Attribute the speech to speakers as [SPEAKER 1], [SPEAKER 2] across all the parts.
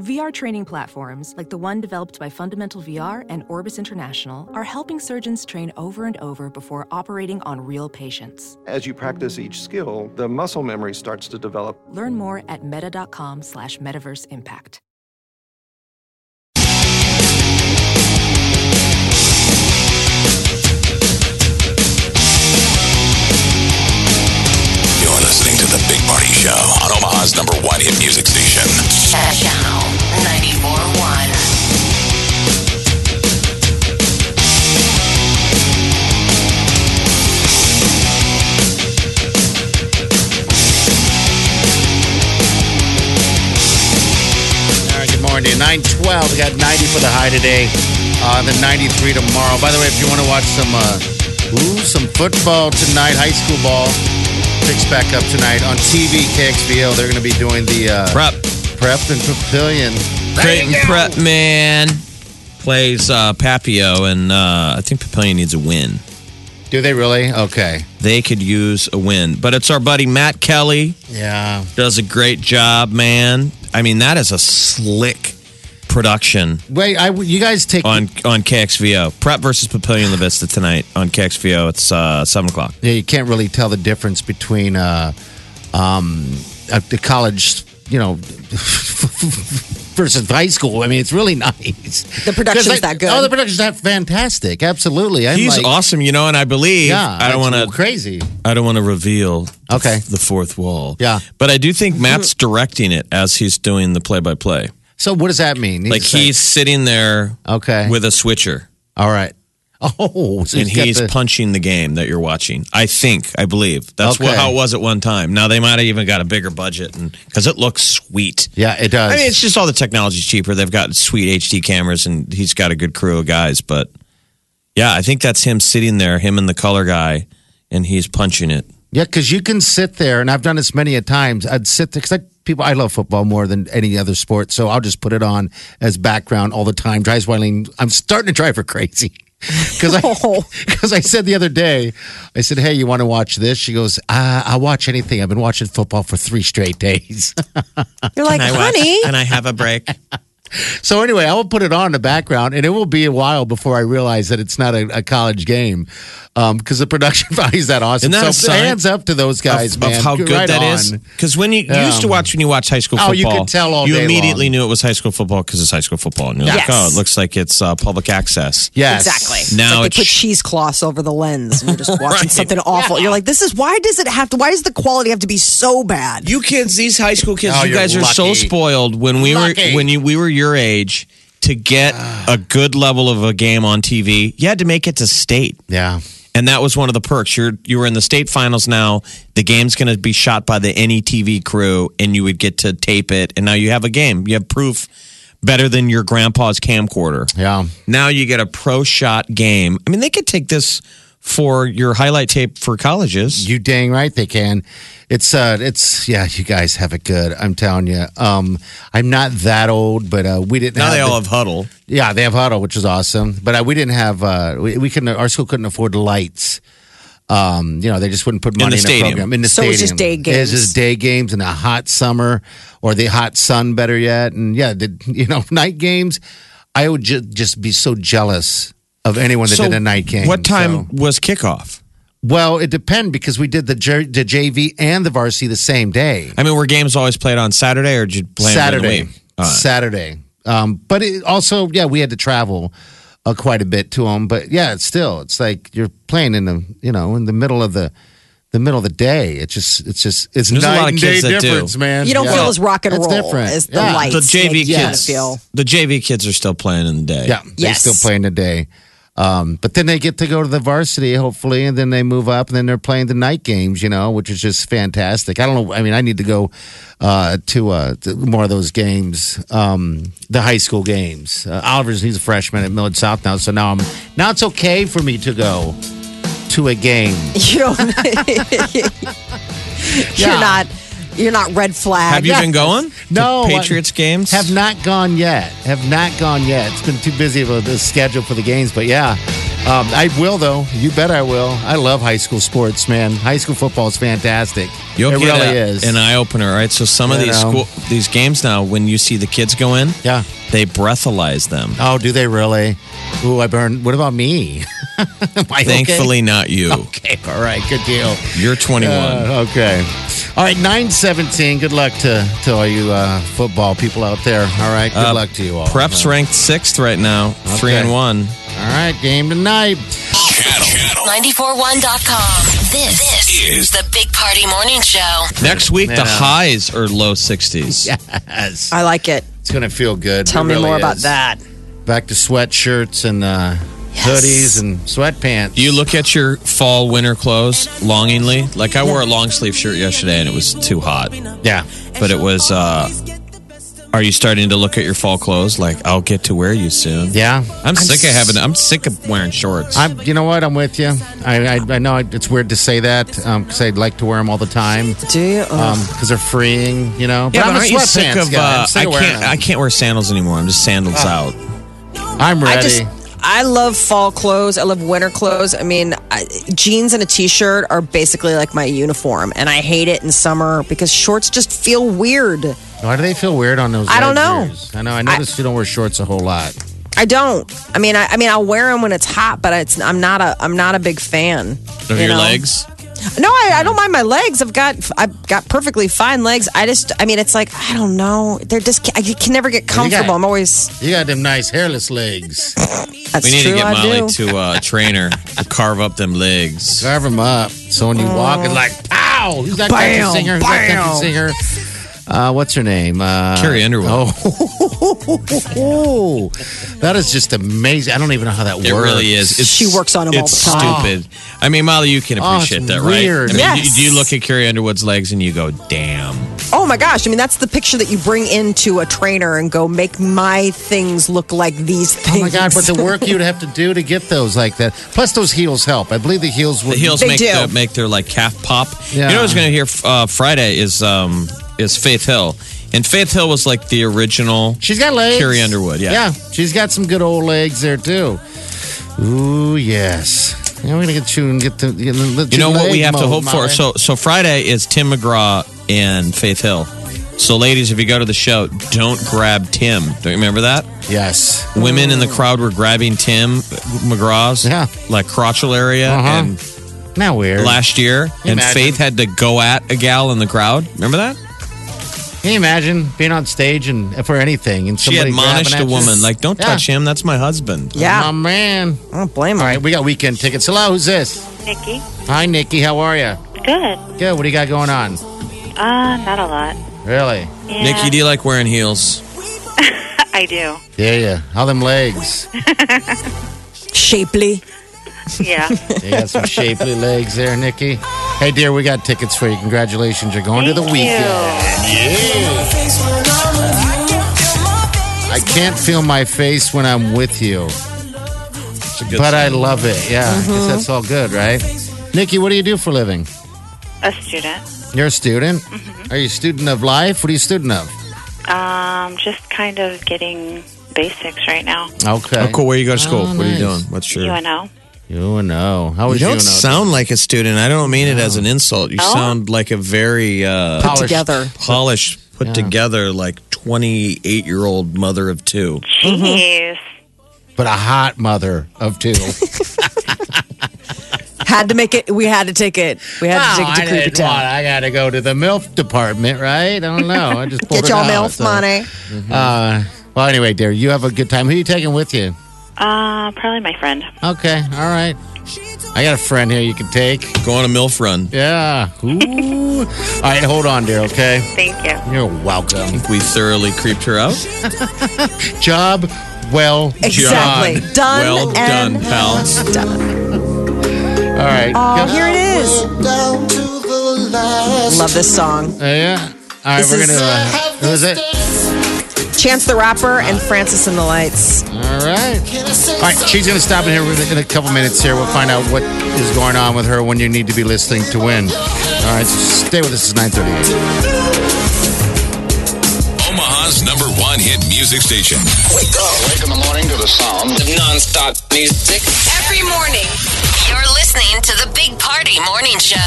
[SPEAKER 1] VR training platforms, like the one developed by Fundamental VR and Orbis International, are helping surgeons train over and over before operating on real patients.
[SPEAKER 2] As you practice each skill, the muscle memory starts to develop.
[SPEAKER 1] Learn more at meta.com slash metaverse impact.
[SPEAKER 3] You're listening to The Big Party Show on Omaha's number one hit music station.
[SPEAKER 4] Channel 94.1.
[SPEAKER 5] All right, good morning. 912. We got 90 for the high today. Uh, then 93 tomorrow. By the way, if you want to watch some uh, ooh, some football tonight, high school ball picks back up tonight on TV KXVO. They're going to be doing the uh,
[SPEAKER 6] Prep.
[SPEAKER 5] prep and papillion.
[SPEAKER 6] Creighton Prep Man plays uh, Papio, and uh, I think Papillion needs a win.
[SPEAKER 5] Do they really? Okay.
[SPEAKER 6] They could use a win, but it's our buddy Matt Kelly
[SPEAKER 5] Yeah.
[SPEAKER 6] does a great job, man. I mean, that is a slick production
[SPEAKER 5] Wait, I you guys take
[SPEAKER 6] on on KXVO. Prep versus Papillion La Vista tonight on KXVO. It's uh, seven o'clock.
[SPEAKER 5] yeah, you can't really tell the difference between uh, um, uh, the college, you know, versus high school. I mean, it's really nice.
[SPEAKER 7] The production's
[SPEAKER 5] 'Cause
[SPEAKER 7] that good.
[SPEAKER 5] Oh, the production's that fantastic. Absolutely. I'm
[SPEAKER 6] He's
[SPEAKER 5] like,
[SPEAKER 6] awesome, you know, and I believe
[SPEAKER 5] Yeah,
[SPEAKER 6] I don't want
[SPEAKER 5] that's
[SPEAKER 6] to
[SPEAKER 5] crazy.
[SPEAKER 6] I don't want to reveal the-
[SPEAKER 5] Okay.
[SPEAKER 6] the fourth wall.
[SPEAKER 5] Yeah.
[SPEAKER 6] But I do think Matt's directing it as he's doing the play by play.
[SPEAKER 5] So what does that mean?
[SPEAKER 6] Like
[SPEAKER 5] He's-
[SPEAKER 6] he's sitting there
[SPEAKER 5] okay.
[SPEAKER 6] with a switcher
[SPEAKER 5] all right. Oh, so
[SPEAKER 6] and
[SPEAKER 5] got
[SPEAKER 6] he's
[SPEAKER 5] the-
[SPEAKER 6] punching the game that you're watching. I think, I believe. That's what,
[SPEAKER 5] Okay.
[SPEAKER 6] how it was at one time. Now they might have even got a bigger budget and cuz it looks sweet.
[SPEAKER 5] yeah, it does.
[SPEAKER 6] I mean, it's just all the technology's cheaper. They've got sweet HD cameras and he's got a good crew of guys, but yeah, I think that's him sitting there, him and the color guy, and he's punching it.
[SPEAKER 5] yeah, because you can sit there, and I've done this many a times. I'd sit there because people. I love football more than any other sport, so I'll just put it on as background all the time. Drives Wileen. I'm starting to drive her crazy because I because I said the other day, I said, "Hey, you want to watch this?" She goes, uh, "I watch anything. I've been watching football for three straight days."
[SPEAKER 7] You're like, honey.
[SPEAKER 6] and I have a break.
[SPEAKER 5] So anyway, I will put it on in the background, and it will be a while before I realize that it's not a, a college game because the production value is that awesome.
[SPEAKER 6] Isn't that
[SPEAKER 5] so
[SPEAKER 6] a sign
[SPEAKER 5] hands up to those guys,
[SPEAKER 6] of,
[SPEAKER 5] man.
[SPEAKER 6] of how
[SPEAKER 5] Good-
[SPEAKER 6] good
[SPEAKER 5] right
[SPEAKER 6] that
[SPEAKER 5] on.
[SPEAKER 6] is. Because when you, you used to
[SPEAKER 5] Um,
[SPEAKER 6] watch when you watch high school
[SPEAKER 5] oh,
[SPEAKER 6] football,
[SPEAKER 5] you could tell all
[SPEAKER 6] you
[SPEAKER 5] day
[SPEAKER 6] immediately
[SPEAKER 5] long.
[SPEAKER 6] knew it was high school football because it's high school football, and you're like,
[SPEAKER 7] Yes.
[SPEAKER 6] oh, it looks like it's uh, public access.
[SPEAKER 5] Yes,
[SPEAKER 7] Exactly. It's
[SPEAKER 6] Now
[SPEAKER 7] like
[SPEAKER 6] it's-
[SPEAKER 7] they put cheesecloths over the lens. And you're just watching
[SPEAKER 6] Right.
[SPEAKER 7] something awful. You're like, this is why does it have to? Why does the quality have to be so bad?
[SPEAKER 6] You kids, these high school kids,
[SPEAKER 5] Oh,
[SPEAKER 6] you
[SPEAKER 5] you're
[SPEAKER 6] guys are so
[SPEAKER 5] lucky.
[SPEAKER 6] spoiled. When we
[SPEAKER 5] Lucky. Ah.
[SPEAKER 6] were when you, we were your age, to get a good level of a game on TV, you had to make it to state.
[SPEAKER 5] Yeah.
[SPEAKER 6] And that was one of the perks. You're you were in the state finals now. The game's going to be shot by the NETV crew, and you would get to tape it. And now you have a game. You have proof better than your grandpa's camcorder.
[SPEAKER 5] Yeah.
[SPEAKER 6] Now you get a pro shot game. I mean, they could take this for your highlight tape for colleges.
[SPEAKER 5] You dang right they can. It's uh, it's yeah. You guys have it good. I'm telling you. Um, I'm not that old, but uh, we didn't.
[SPEAKER 6] now
[SPEAKER 5] have
[SPEAKER 6] they
[SPEAKER 5] the-
[SPEAKER 6] all have huddle.
[SPEAKER 5] Yeah, they have huddle, which is awesome. But uh, we didn't have uh, we, we couldn't. Our school couldn't afford lights. Um, you know, they just wouldn't put money in,
[SPEAKER 6] the
[SPEAKER 5] the
[SPEAKER 6] stadium.
[SPEAKER 5] program in the
[SPEAKER 7] So
[SPEAKER 5] stadium.
[SPEAKER 7] it's just day
[SPEAKER 5] It's just
[SPEAKER 7] games.
[SPEAKER 5] day games in a hot summer or the hot sun, better yet. And yeah, the, you know, night games. I would ju- just be so jealous of anyone that
[SPEAKER 6] So
[SPEAKER 5] did a night game.
[SPEAKER 6] What time
[SPEAKER 5] So-
[SPEAKER 6] was kickoff?
[SPEAKER 5] Well, it depended because we did the, J- the JV and the varsity the same day.
[SPEAKER 6] I mean, were games always played on Saturday or did you play them during
[SPEAKER 5] Saturday.
[SPEAKER 6] the week? Uh, All right.
[SPEAKER 5] Saturday. Um, but it also, yeah, we had to travel uh, quite a bit to them. But yeah, it's still, it's like you're playing in the, you know, in the middle of the, the middle of the day. It's just, it's just, it's
[SPEAKER 6] There's a
[SPEAKER 5] night
[SPEAKER 6] lot of
[SPEAKER 5] and
[SPEAKER 6] kids
[SPEAKER 5] day
[SPEAKER 6] that do.
[SPEAKER 5] difference, man.
[SPEAKER 7] You don't
[SPEAKER 5] Yeah.
[SPEAKER 7] feel as rock and
[SPEAKER 5] It's
[SPEAKER 7] roll
[SPEAKER 5] different.
[SPEAKER 7] as the
[SPEAKER 5] Yeah.
[SPEAKER 7] lights.
[SPEAKER 6] The JV
[SPEAKER 7] make you
[SPEAKER 6] kids.
[SPEAKER 7] feel.
[SPEAKER 6] The JV kids are still playing in the day.
[SPEAKER 5] Yeah, they
[SPEAKER 7] Yes.
[SPEAKER 5] still play in the day. Um, but then they get to go to the varsity, hopefully, and then they move up, and then they're playing the night games, you know, which is just fantastic. I don't know. I mean, I need to go uh, to, uh, to more of those games, um, the high school games. Uh, Oliver's he's a freshman at Millard South now, so now I'm now it's okay for me to go to a game.
[SPEAKER 7] You don't.
[SPEAKER 5] Yeah.
[SPEAKER 7] You're not. You're not red flag.
[SPEAKER 6] Have you been going? to
[SPEAKER 5] No, I-
[SPEAKER 6] Patriots games?
[SPEAKER 5] Have not gone yet. Have not gone yet. It's been too busy of a the schedule for the games, but yeah, Um, I will, though. You bet I will. I love high school sports, man. High school football is fantastic.
[SPEAKER 6] You'll
[SPEAKER 5] it
[SPEAKER 6] get
[SPEAKER 5] really
[SPEAKER 6] a-
[SPEAKER 5] is.
[SPEAKER 6] an uh, eye opener, right? So some of
[SPEAKER 5] You
[SPEAKER 6] these
[SPEAKER 5] know.
[SPEAKER 6] school these games now, when you see the kids go in,
[SPEAKER 5] Yeah.
[SPEAKER 6] they breathalyze them.
[SPEAKER 5] oh, do they really? Ooh, I burned. What about me? Am I okay?
[SPEAKER 6] Thankfully, not you.
[SPEAKER 5] Okay, all right, good deal.
[SPEAKER 6] You're 21.
[SPEAKER 5] Uh, okay. All right, 917. Good luck to, to all you uh, football people out there. All right, good
[SPEAKER 6] Uh,
[SPEAKER 5] luck to you all.
[SPEAKER 6] Prep's ranked sixth right now, three
[SPEAKER 5] Okay.
[SPEAKER 6] and one.
[SPEAKER 5] All right, game tonight.
[SPEAKER 3] Channel,
[SPEAKER 4] 941.com. This, this is the Big Party Morning Show.
[SPEAKER 6] Next week,
[SPEAKER 5] Yeah.
[SPEAKER 6] the highs are low 60s.
[SPEAKER 5] Yes.
[SPEAKER 7] I like it.
[SPEAKER 5] It's going to feel good.
[SPEAKER 7] Tell
[SPEAKER 5] It
[SPEAKER 7] me
[SPEAKER 5] really
[SPEAKER 7] more about
[SPEAKER 5] is.
[SPEAKER 7] that.
[SPEAKER 5] Back to sweatshirts and uh, hoodies and sweatpants.
[SPEAKER 6] Do you look at your fall winter clothes longingly? Like I wore a long sleeve shirt yesterday and it was too hot.
[SPEAKER 5] Yeah.
[SPEAKER 6] But it was uh are you starting to look at your fall clothes like I'll get to wear you soon?
[SPEAKER 5] Yeah.
[SPEAKER 6] I'm, sick of having I'm sick of wearing shorts.
[SPEAKER 5] I'm, you know what? I'm with you. I, I, I know it's weird to say that because I like to wear them all the time
[SPEAKER 7] Do you?
[SPEAKER 5] because they're freeing, you know.
[SPEAKER 6] yeah,
[SPEAKER 5] I'm
[SPEAKER 6] but
[SPEAKER 5] a
[SPEAKER 6] aren't you sick
[SPEAKER 5] sweatpants
[SPEAKER 6] of,
[SPEAKER 5] guy.
[SPEAKER 6] uh,
[SPEAKER 5] I'm sick
[SPEAKER 6] I
[SPEAKER 5] of wearing
[SPEAKER 6] can't I
[SPEAKER 5] them.
[SPEAKER 6] can't wear sandals anymore. I'm just sandals out.
[SPEAKER 5] I'm ready.
[SPEAKER 7] I just I love fall clothes. I love winter clothes. I mean, I, jeans and a t-shirt are basically like my uniform, and I hate it in summer because shorts just feel weird.
[SPEAKER 5] Why do they feel weird on those?
[SPEAKER 7] I don't
[SPEAKER 5] leg
[SPEAKER 7] know.
[SPEAKER 5] ears? I know. I noticed you don't wear shorts a whole lot.
[SPEAKER 7] I don't. I mean, I, I mean, I'll wear them when it's hot, but it's I'm not a I'm not a big fan
[SPEAKER 6] Of
[SPEAKER 7] you
[SPEAKER 6] your
[SPEAKER 7] know?
[SPEAKER 6] legs?
[SPEAKER 7] No, I, I don't mind my legs. I've got I've got perfectly fine legs. I just I mean, it's like I don't know. They're just I can never get
[SPEAKER 5] you got?
[SPEAKER 7] comfortable. I'm always
[SPEAKER 5] You got them nice hairless legs.
[SPEAKER 7] that's
[SPEAKER 6] We need
[SPEAKER 7] true.
[SPEAKER 6] to get
[SPEAKER 7] I
[SPEAKER 6] Molly
[SPEAKER 7] do.
[SPEAKER 6] to uh, a trainer to carve up them legs.
[SPEAKER 5] Carve them up. So when you walk, it's like pow. Who's that
[SPEAKER 7] Bam,
[SPEAKER 5] country singer? Who's that country singer? Uh, what's her name? Uh,
[SPEAKER 6] Carrie Underwood.
[SPEAKER 5] Oh, that is just amazing. I don't even know how that
[SPEAKER 6] It
[SPEAKER 5] works.
[SPEAKER 6] really is. It's,
[SPEAKER 7] She works on 'em all
[SPEAKER 6] it's
[SPEAKER 7] the time.
[SPEAKER 6] stupid. I mean, Molly, you can
[SPEAKER 5] Oh, it's
[SPEAKER 6] appreciate that,
[SPEAKER 5] weird.
[SPEAKER 6] right? I mean,
[SPEAKER 7] Yes.
[SPEAKER 6] you- do you look at Carrie Underwood's legs and you go, damn.
[SPEAKER 7] Oh my gosh! I mean, that's the picture that you bring into a trainer and go make my things look like these things.
[SPEAKER 5] Oh my god! But the work you'd have to do to get those like that. Plus, those heels help. I believe the heels would.
[SPEAKER 6] The heels
[SPEAKER 7] They
[SPEAKER 6] make,
[SPEAKER 7] do.
[SPEAKER 6] The, make their like calf pop.
[SPEAKER 5] Yeah.
[SPEAKER 6] You know what I was going to hear uh, Friday is um, is Faith Hill. And Faith Hill was like the original.
[SPEAKER 5] She's got legs.
[SPEAKER 6] Carrie Underwood, yeah.
[SPEAKER 5] Yeah. She's got some good old legs there too. Ooh, yes. Yeah, we're gonna get you and get the you know,
[SPEAKER 6] You know what we have to hope for? So so Friday is Tim McGraw and Faith Hill. So ladies, if you go to the show, don't grab Tim. Don't you remember that?
[SPEAKER 5] Yes.
[SPEAKER 6] women in the crowd were grabbing Tim McGraw's
[SPEAKER 5] Mm. Yeah.
[SPEAKER 6] like crotchal area
[SPEAKER 5] Uh-huh.
[SPEAKER 6] and
[SPEAKER 5] Now weird.
[SPEAKER 6] last year and
[SPEAKER 5] Imagine.
[SPEAKER 6] Faith had to go at a gal in the crowd. Remember that?
[SPEAKER 5] Can you imagine being on stage and for anything and
[SPEAKER 6] She
[SPEAKER 5] somebody
[SPEAKER 6] admonished
[SPEAKER 5] grabbing
[SPEAKER 6] a
[SPEAKER 5] at you?
[SPEAKER 6] woman like don't
[SPEAKER 5] Yeah.
[SPEAKER 6] touch him, that's my husband.
[SPEAKER 5] My
[SPEAKER 7] yeah,
[SPEAKER 5] man.
[SPEAKER 7] I don't blame
[SPEAKER 5] All
[SPEAKER 7] her.
[SPEAKER 5] right, we got weekend tickets. Hello, who's this?
[SPEAKER 8] Nikki.
[SPEAKER 5] Hi, Nikki. How are you?
[SPEAKER 8] Good.
[SPEAKER 5] Good. What do you got going on?
[SPEAKER 8] Uh, not a lot.
[SPEAKER 5] Really?
[SPEAKER 8] Yeah,
[SPEAKER 6] Nikki, do you like wearing heels?
[SPEAKER 8] I do.
[SPEAKER 5] Yeah, yeah. How them legs?
[SPEAKER 7] Shapely.
[SPEAKER 8] Yeah.
[SPEAKER 5] You got some shapely legs there, Nikki. Hey, dear, we got tickets for you. Congratulations. You're going to the
[SPEAKER 8] Thank
[SPEAKER 5] weekend. I can't feel my face when I'm with you,
[SPEAKER 6] It's a
[SPEAKER 5] but
[SPEAKER 6] good
[SPEAKER 5] I
[SPEAKER 6] song.
[SPEAKER 5] love it. Yeah, I guess that's all good, right? Nikki, what do you do for a living?
[SPEAKER 8] a student.
[SPEAKER 5] You're a student.
[SPEAKER 8] Mm-hmm.
[SPEAKER 5] Are you a student of life? What are you a student of?
[SPEAKER 8] Um, just kind of getting basics right now.
[SPEAKER 5] Okay.
[SPEAKER 6] Oh, cool. Where you go to school?
[SPEAKER 5] Oh,
[SPEAKER 6] What are you
[SPEAKER 5] nice.
[SPEAKER 6] doing? What's your?
[SPEAKER 8] UNO.
[SPEAKER 5] You know. How
[SPEAKER 6] You
[SPEAKER 5] was
[SPEAKER 6] don't
[SPEAKER 5] UNO?
[SPEAKER 6] sound like a student. I don't mean it as an insult. You
[SPEAKER 8] No?
[SPEAKER 6] sound like a very uh,
[SPEAKER 5] Polished.
[SPEAKER 7] Oh. together.
[SPEAKER 6] polished, put together, like twenty-eight-year-old mother of two.
[SPEAKER 8] Jeez.
[SPEAKER 5] But a hot mother of two.
[SPEAKER 7] Oh, Had to make it. We had to take it. We had
[SPEAKER 5] Oh,
[SPEAKER 7] to take it
[SPEAKER 5] I
[SPEAKER 7] to creepy
[SPEAKER 5] didn't want.
[SPEAKER 7] town.
[SPEAKER 5] I got to go to the milf department, right? I don't know. I just pulled it
[SPEAKER 7] Get y'all
[SPEAKER 5] out,
[SPEAKER 7] milf
[SPEAKER 5] so-
[SPEAKER 7] money.
[SPEAKER 5] Uh, well, anyway, dear, you have a good time. Who are you taking with you?
[SPEAKER 8] Uh, probably my friend.
[SPEAKER 5] Okay, all right. I got a friend here you can take.
[SPEAKER 6] Go on a milf run.
[SPEAKER 5] Yeah. Ooh. all right, hold on, dear. Okay.
[SPEAKER 8] Thank you.
[SPEAKER 5] You're welcome.
[SPEAKER 6] We thoroughly creeped her out.
[SPEAKER 5] Job well
[SPEAKER 7] Exactly.
[SPEAKER 5] done.
[SPEAKER 7] Done.
[SPEAKER 6] Well
[SPEAKER 7] and
[SPEAKER 6] done, pals.
[SPEAKER 5] All right.
[SPEAKER 7] Oh,
[SPEAKER 5] go-
[SPEAKER 7] here it is. Love this song.
[SPEAKER 5] yeah. All right,
[SPEAKER 7] This
[SPEAKER 5] we're
[SPEAKER 7] is-
[SPEAKER 5] gonna. Uh, who is it?
[SPEAKER 7] Chance the Rapper and Francis and the Lights.
[SPEAKER 5] All right. All right. She's gonna stop in here with- in a couple minutes. Here, we'll find out what is going on with her when you need to be listening to win. All right. So stay with us. It's nine thirty-eight.
[SPEAKER 3] Omaha Omaha's number one hit music station.
[SPEAKER 9] Wake up. Wake in the morning to the sound of non-stop music.
[SPEAKER 4] Every morning, you're listening to the Big Party Morning Show.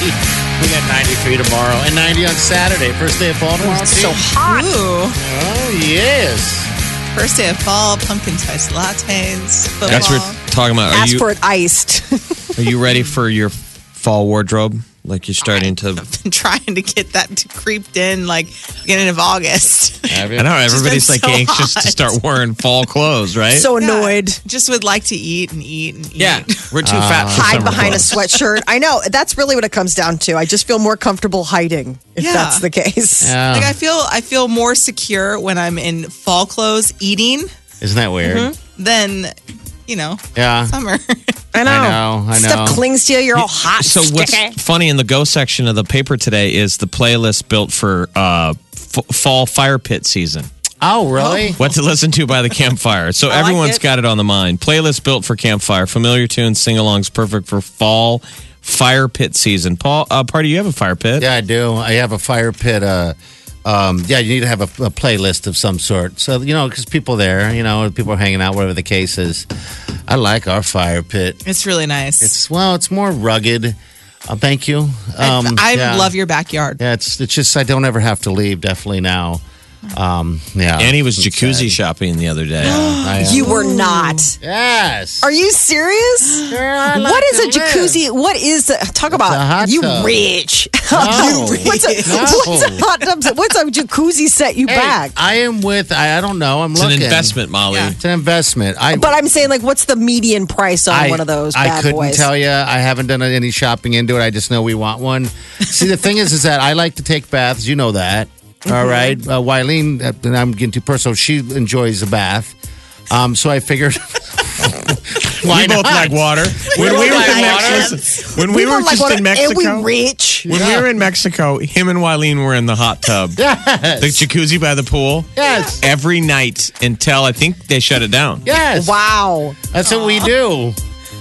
[SPEAKER 5] We got 93 tomorrow and 90 on Saturday. First day of fall tomorrow.
[SPEAKER 10] So
[SPEAKER 5] too.
[SPEAKER 10] hot. Ooh,
[SPEAKER 5] Oh, yes.
[SPEAKER 10] first day of fall, pumpkin spice lattes. Football.
[SPEAKER 6] That's what we're talking about. Are
[SPEAKER 7] Ask
[SPEAKER 6] you,
[SPEAKER 7] for it iced.
[SPEAKER 6] are you ready for your fall wardrobe? Like you're starting to.
[SPEAKER 10] been trying to get that to creeped in like beginning of August.
[SPEAKER 6] I know everybody's
[SPEAKER 10] been
[SPEAKER 6] like
[SPEAKER 10] so
[SPEAKER 6] anxious to
[SPEAKER 10] hot.
[SPEAKER 6] start wearing fall clothes, right?
[SPEAKER 7] so annoyed.
[SPEAKER 10] Just would like to eat and eat and eat.
[SPEAKER 6] yeah, we're too fat. For
[SPEAKER 7] Hide
[SPEAKER 6] summer
[SPEAKER 7] behind a
[SPEAKER 6] clothes.
[SPEAKER 7] sweatshirt. I know. That's really what it comes down to. I just feel more comfortable hiding if
[SPEAKER 10] Yeah.
[SPEAKER 7] that's the case.
[SPEAKER 5] Yeah.
[SPEAKER 10] Like I feel I feel more secure when I'm in fall clothes eating
[SPEAKER 5] Isn't that weird?
[SPEAKER 10] Mm-hmm. than, you know,
[SPEAKER 5] Yeah.
[SPEAKER 10] summer.
[SPEAKER 7] I know.
[SPEAKER 5] I know, I
[SPEAKER 7] Stuff
[SPEAKER 5] know.
[SPEAKER 7] clings to you. You're all hot.
[SPEAKER 6] So what's
[SPEAKER 7] sticky.
[SPEAKER 6] funny in the go section of the paper today is the playlist built for uh, f- fall fire pit season.
[SPEAKER 5] Oh, really?
[SPEAKER 6] What to listen to by the campfire. So
[SPEAKER 10] like
[SPEAKER 6] everyone's
[SPEAKER 10] it.
[SPEAKER 6] got it on the mind. Playlist built for campfire, familiar tunes, sing alongs, perfect for fall fire pit season. Paul, uh, party, you have a fire pit.
[SPEAKER 5] Yeah, I do. I have a fire pit. Uh, um, yeah, you need to have a, a playlist of some sort. So, you know, because people there, you know, people are hanging out, whatever the case is. I like our fire pit.
[SPEAKER 10] It's really nice.
[SPEAKER 5] It's, well, it's more rugged. Uh, thank you. Um,
[SPEAKER 10] I
[SPEAKER 5] yeah.
[SPEAKER 10] love your backyard.
[SPEAKER 5] Yeah, it's, it's just, I don't ever have to leave, definitely now. Um, yeah.
[SPEAKER 6] And he was
[SPEAKER 5] It's
[SPEAKER 6] jacuzzi
[SPEAKER 5] sad.
[SPEAKER 6] shopping the other day.
[SPEAKER 5] I am.
[SPEAKER 7] You were not.
[SPEAKER 5] Yes.
[SPEAKER 7] Are you serious? what is a jacuzzi? What is the talk about
[SPEAKER 5] a hot
[SPEAKER 7] you
[SPEAKER 5] tub.
[SPEAKER 7] rich?
[SPEAKER 5] No.
[SPEAKER 7] You rich. What's, a,
[SPEAKER 5] No.
[SPEAKER 7] what's a hot tub? What's a jacuzzi set you
[SPEAKER 5] Hey,
[SPEAKER 7] back?
[SPEAKER 5] I am with. I, I don't know. I'm
[SPEAKER 6] It's
[SPEAKER 5] looking.
[SPEAKER 6] an investment, Molly.
[SPEAKER 10] Yeah.
[SPEAKER 5] It's an investment. I.
[SPEAKER 7] but I'm saying, like, what's the median price on
[SPEAKER 5] I-
[SPEAKER 7] one of those?
[SPEAKER 5] I
[SPEAKER 7] bad
[SPEAKER 5] couldn't
[SPEAKER 7] boys?
[SPEAKER 5] tell you. I haven't done any shopping into it. I just know we want one. See, the thing is, is that I like to take baths. You know that.
[SPEAKER 7] Mm-hmm.
[SPEAKER 5] All right, uh, Wileen, uh, and I'm getting too personal. She enjoys a bath, um, so I figured. Why
[SPEAKER 6] we both
[SPEAKER 5] not?
[SPEAKER 6] like water. When
[SPEAKER 5] both
[SPEAKER 6] we were
[SPEAKER 5] like
[SPEAKER 6] in
[SPEAKER 5] water.
[SPEAKER 6] Mexico, when we
[SPEAKER 7] People
[SPEAKER 6] were
[SPEAKER 7] like,
[SPEAKER 6] just
[SPEAKER 7] what-
[SPEAKER 6] in Mexico,
[SPEAKER 7] And we rich.
[SPEAKER 6] when we were in Mexico, him and Wileen were in the hot tub,
[SPEAKER 5] Yes.
[SPEAKER 6] the jacuzzi by the pool,
[SPEAKER 5] Yes.
[SPEAKER 6] every night until I think they shut it down.
[SPEAKER 5] yes.
[SPEAKER 7] Wow.
[SPEAKER 5] That's what we do.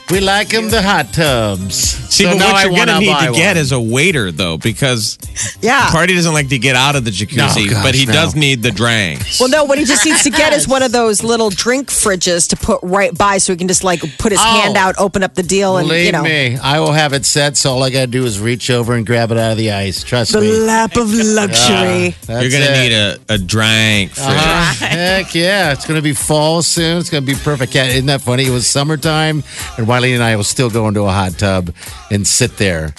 [SPEAKER 5] We like them the hot tubs.
[SPEAKER 6] See,
[SPEAKER 5] so
[SPEAKER 6] but
[SPEAKER 5] now
[SPEAKER 6] what
[SPEAKER 5] I
[SPEAKER 6] you're
[SPEAKER 5] want
[SPEAKER 6] gonna need
[SPEAKER 5] buy
[SPEAKER 6] to get
[SPEAKER 5] one.
[SPEAKER 6] is a waiter, though, because
[SPEAKER 7] Yeah.
[SPEAKER 6] Party doesn't like to get out of the jacuzzi,
[SPEAKER 5] No, gosh,
[SPEAKER 6] but he
[SPEAKER 5] no.
[SPEAKER 6] does need the drang.
[SPEAKER 7] Well, no, what he just needs to get is one of those little drink fridges to put right by so he can just like put his
[SPEAKER 5] Oh.
[SPEAKER 7] hand out, open up the deal, and
[SPEAKER 5] Believe
[SPEAKER 7] you know.
[SPEAKER 5] me, I will have it set. So all I gotta do is reach over and grab it out of the ice. Trust
[SPEAKER 7] The
[SPEAKER 5] me.
[SPEAKER 7] lap of luxury.
[SPEAKER 6] You're gonna need a, a drink for
[SPEAKER 5] Uh-huh. Uh, Heck yeah! It's gonna be fall soon. It's gonna be perfect. Yeah, isn't that funny? It was summertime, and Wiley and I will still go into a hot tub and sit there.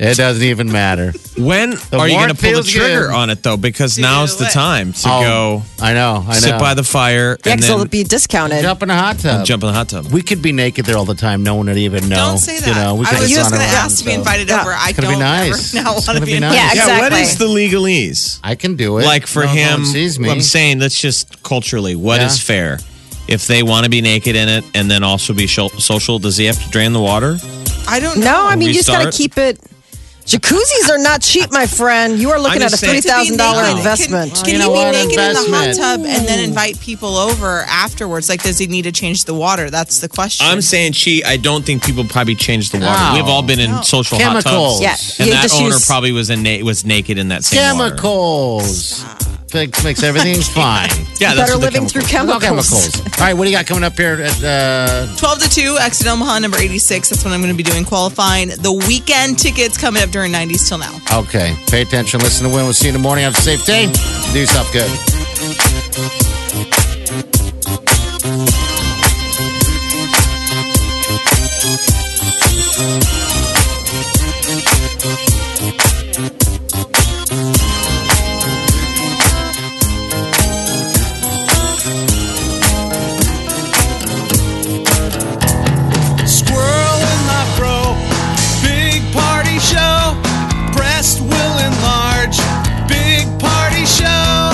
[SPEAKER 5] It doesn't even matter.
[SPEAKER 6] When are you
[SPEAKER 5] warrant
[SPEAKER 6] gonna pull the
[SPEAKER 5] feels good.
[SPEAKER 6] trigger on it though? Because now's the
[SPEAKER 10] what?
[SPEAKER 6] time to
[SPEAKER 5] Oh, I know. I
[SPEAKER 6] go
[SPEAKER 5] know.
[SPEAKER 6] sit by the fire
[SPEAKER 7] Yeah,
[SPEAKER 6] and
[SPEAKER 7] 'cause it'll
[SPEAKER 6] then
[SPEAKER 7] be discounted.
[SPEAKER 5] jump in a hot tub.
[SPEAKER 6] jump in the hot tub.
[SPEAKER 5] We could be naked there all the time. No one would even know.
[SPEAKER 10] Don't say that.
[SPEAKER 5] You know, we
[SPEAKER 10] I
[SPEAKER 5] could
[SPEAKER 10] was
[SPEAKER 5] just
[SPEAKER 10] just
[SPEAKER 5] run
[SPEAKER 10] going to
[SPEAKER 5] around,
[SPEAKER 10] ask to be
[SPEAKER 5] so.
[SPEAKER 10] invited over. I
[SPEAKER 5] It's gonna
[SPEAKER 10] don't
[SPEAKER 5] be nice.
[SPEAKER 10] ever now
[SPEAKER 5] It's
[SPEAKER 10] want
[SPEAKER 5] gonna
[SPEAKER 10] to
[SPEAKER 5] be
[SPEAKER 10] be invited.
[SPEAKER 5] nice.
[SPEAKER 7] Yeah,
[SPEAKER 6] Yeah, what
[SPEAKER 7] Exactly.
[SPEAKER 6] is the legalese?
[SPEAKER 5] I can do it.
[SPEAKER 6] Like for
[SPEAKER 5] No, no
[SPEAKER 6] him,
[SPEAKER 5] one sees me.
[SPEAKER 6] I'm saying let's just culturally, what is
[SPEAKER 5] Yeah.
[SPEAKER 6] fair? If they want to be naked in it and then also be sho- social, does he have to drain the water?
[SPEAKER 10] I don't know.
[SPEAKER 7] No, I mean you just gotta
[SPEAKER 6] Restart.
[SPEAKER 7] keep it. Jacuzzis are not cheap, my friend. You are looking
[SPEAKER 6] I'm
[SPEAKER 7] at a
[SPEAKER 6] just saying-
[SPEAKER 7] three thousand dollar investment. Mm.
[SPEAKER 10] Can,
[SPEAKER 5] you
[SPEAKER 10] can
[SPEAKER 5] know
[SPEAKER 10] he
[SPEAKER 5] what?
[SPEAKER 10] be naked in
[SPEAKER 5] Investment.
[SPEAKER 10] the hot tub and then invite people over afterwards? Like, does he need to change the water? That's the question.
[SPEAKER 6] I'm saying she. I don't think people probably change the water.
[SPEAKER 5] No.
[SPEAKER 6] We've all been in social
[SPEAKER 5] Chemicals.
[SPEAKER 6] hot tubs.
[SPEAKER 7] Yeah,
[SPEAKER 6] and
[SPEAKER 7] you
[SPEAKER 6] that
[SPEAKER 7] just
[SPEAKER 6] owner
[SPEAKER 7] use-
[SPEAKER 6] probably was in na- was naked in that same water.
[SPEAKER 5] chemicals. Makes, makes everything fine.
[SPEAKER 6] Yeah, that's
[SPEAKER 7] Better
[SPEAKER 6] what the
[SPEAKER 7] living through
[SPEAKER 6] chemicals-
[SPEAKER 5] No
[SPEAKER 7] chemicals.
[SPEAKER 5] chemicals. All right, what do you got coming up here? At, uh,
[SPEAKER 10] 12 to 2, exit Omaha, number 86. That's when I'm going to be doing qualifying. The weekend tickets coming up during 90s till now.
[SPEAKER 5] Okay. Pay attention. Listen to Win. We'll see you in the morning. Have a safe day. Do yourself good.
[SPEAKER 11] Squirrel in my bro. Big party show. Breast will enlarge. Big party show.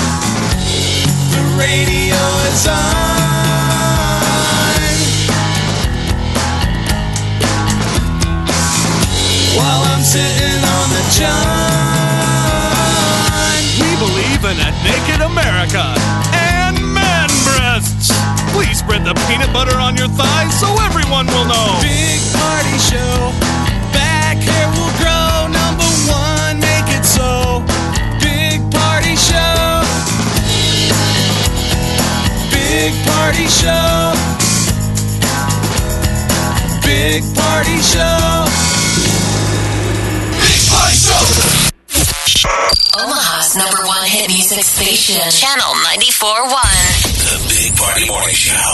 [SPEAKER 11] The radio is on. While I'm sitting on the john. We believe in a naked America and man breasts. Please spread the peanut butter on your thighs so everyone will know. Big party show. Back hair will grow. Number one, make it so. Big party show. Party Show. Big Party Show.
[SPEAKER 4] Omaha's number one hit music station, Channel 94.1.
[SPEAKER 3] The Big Party Morning Show.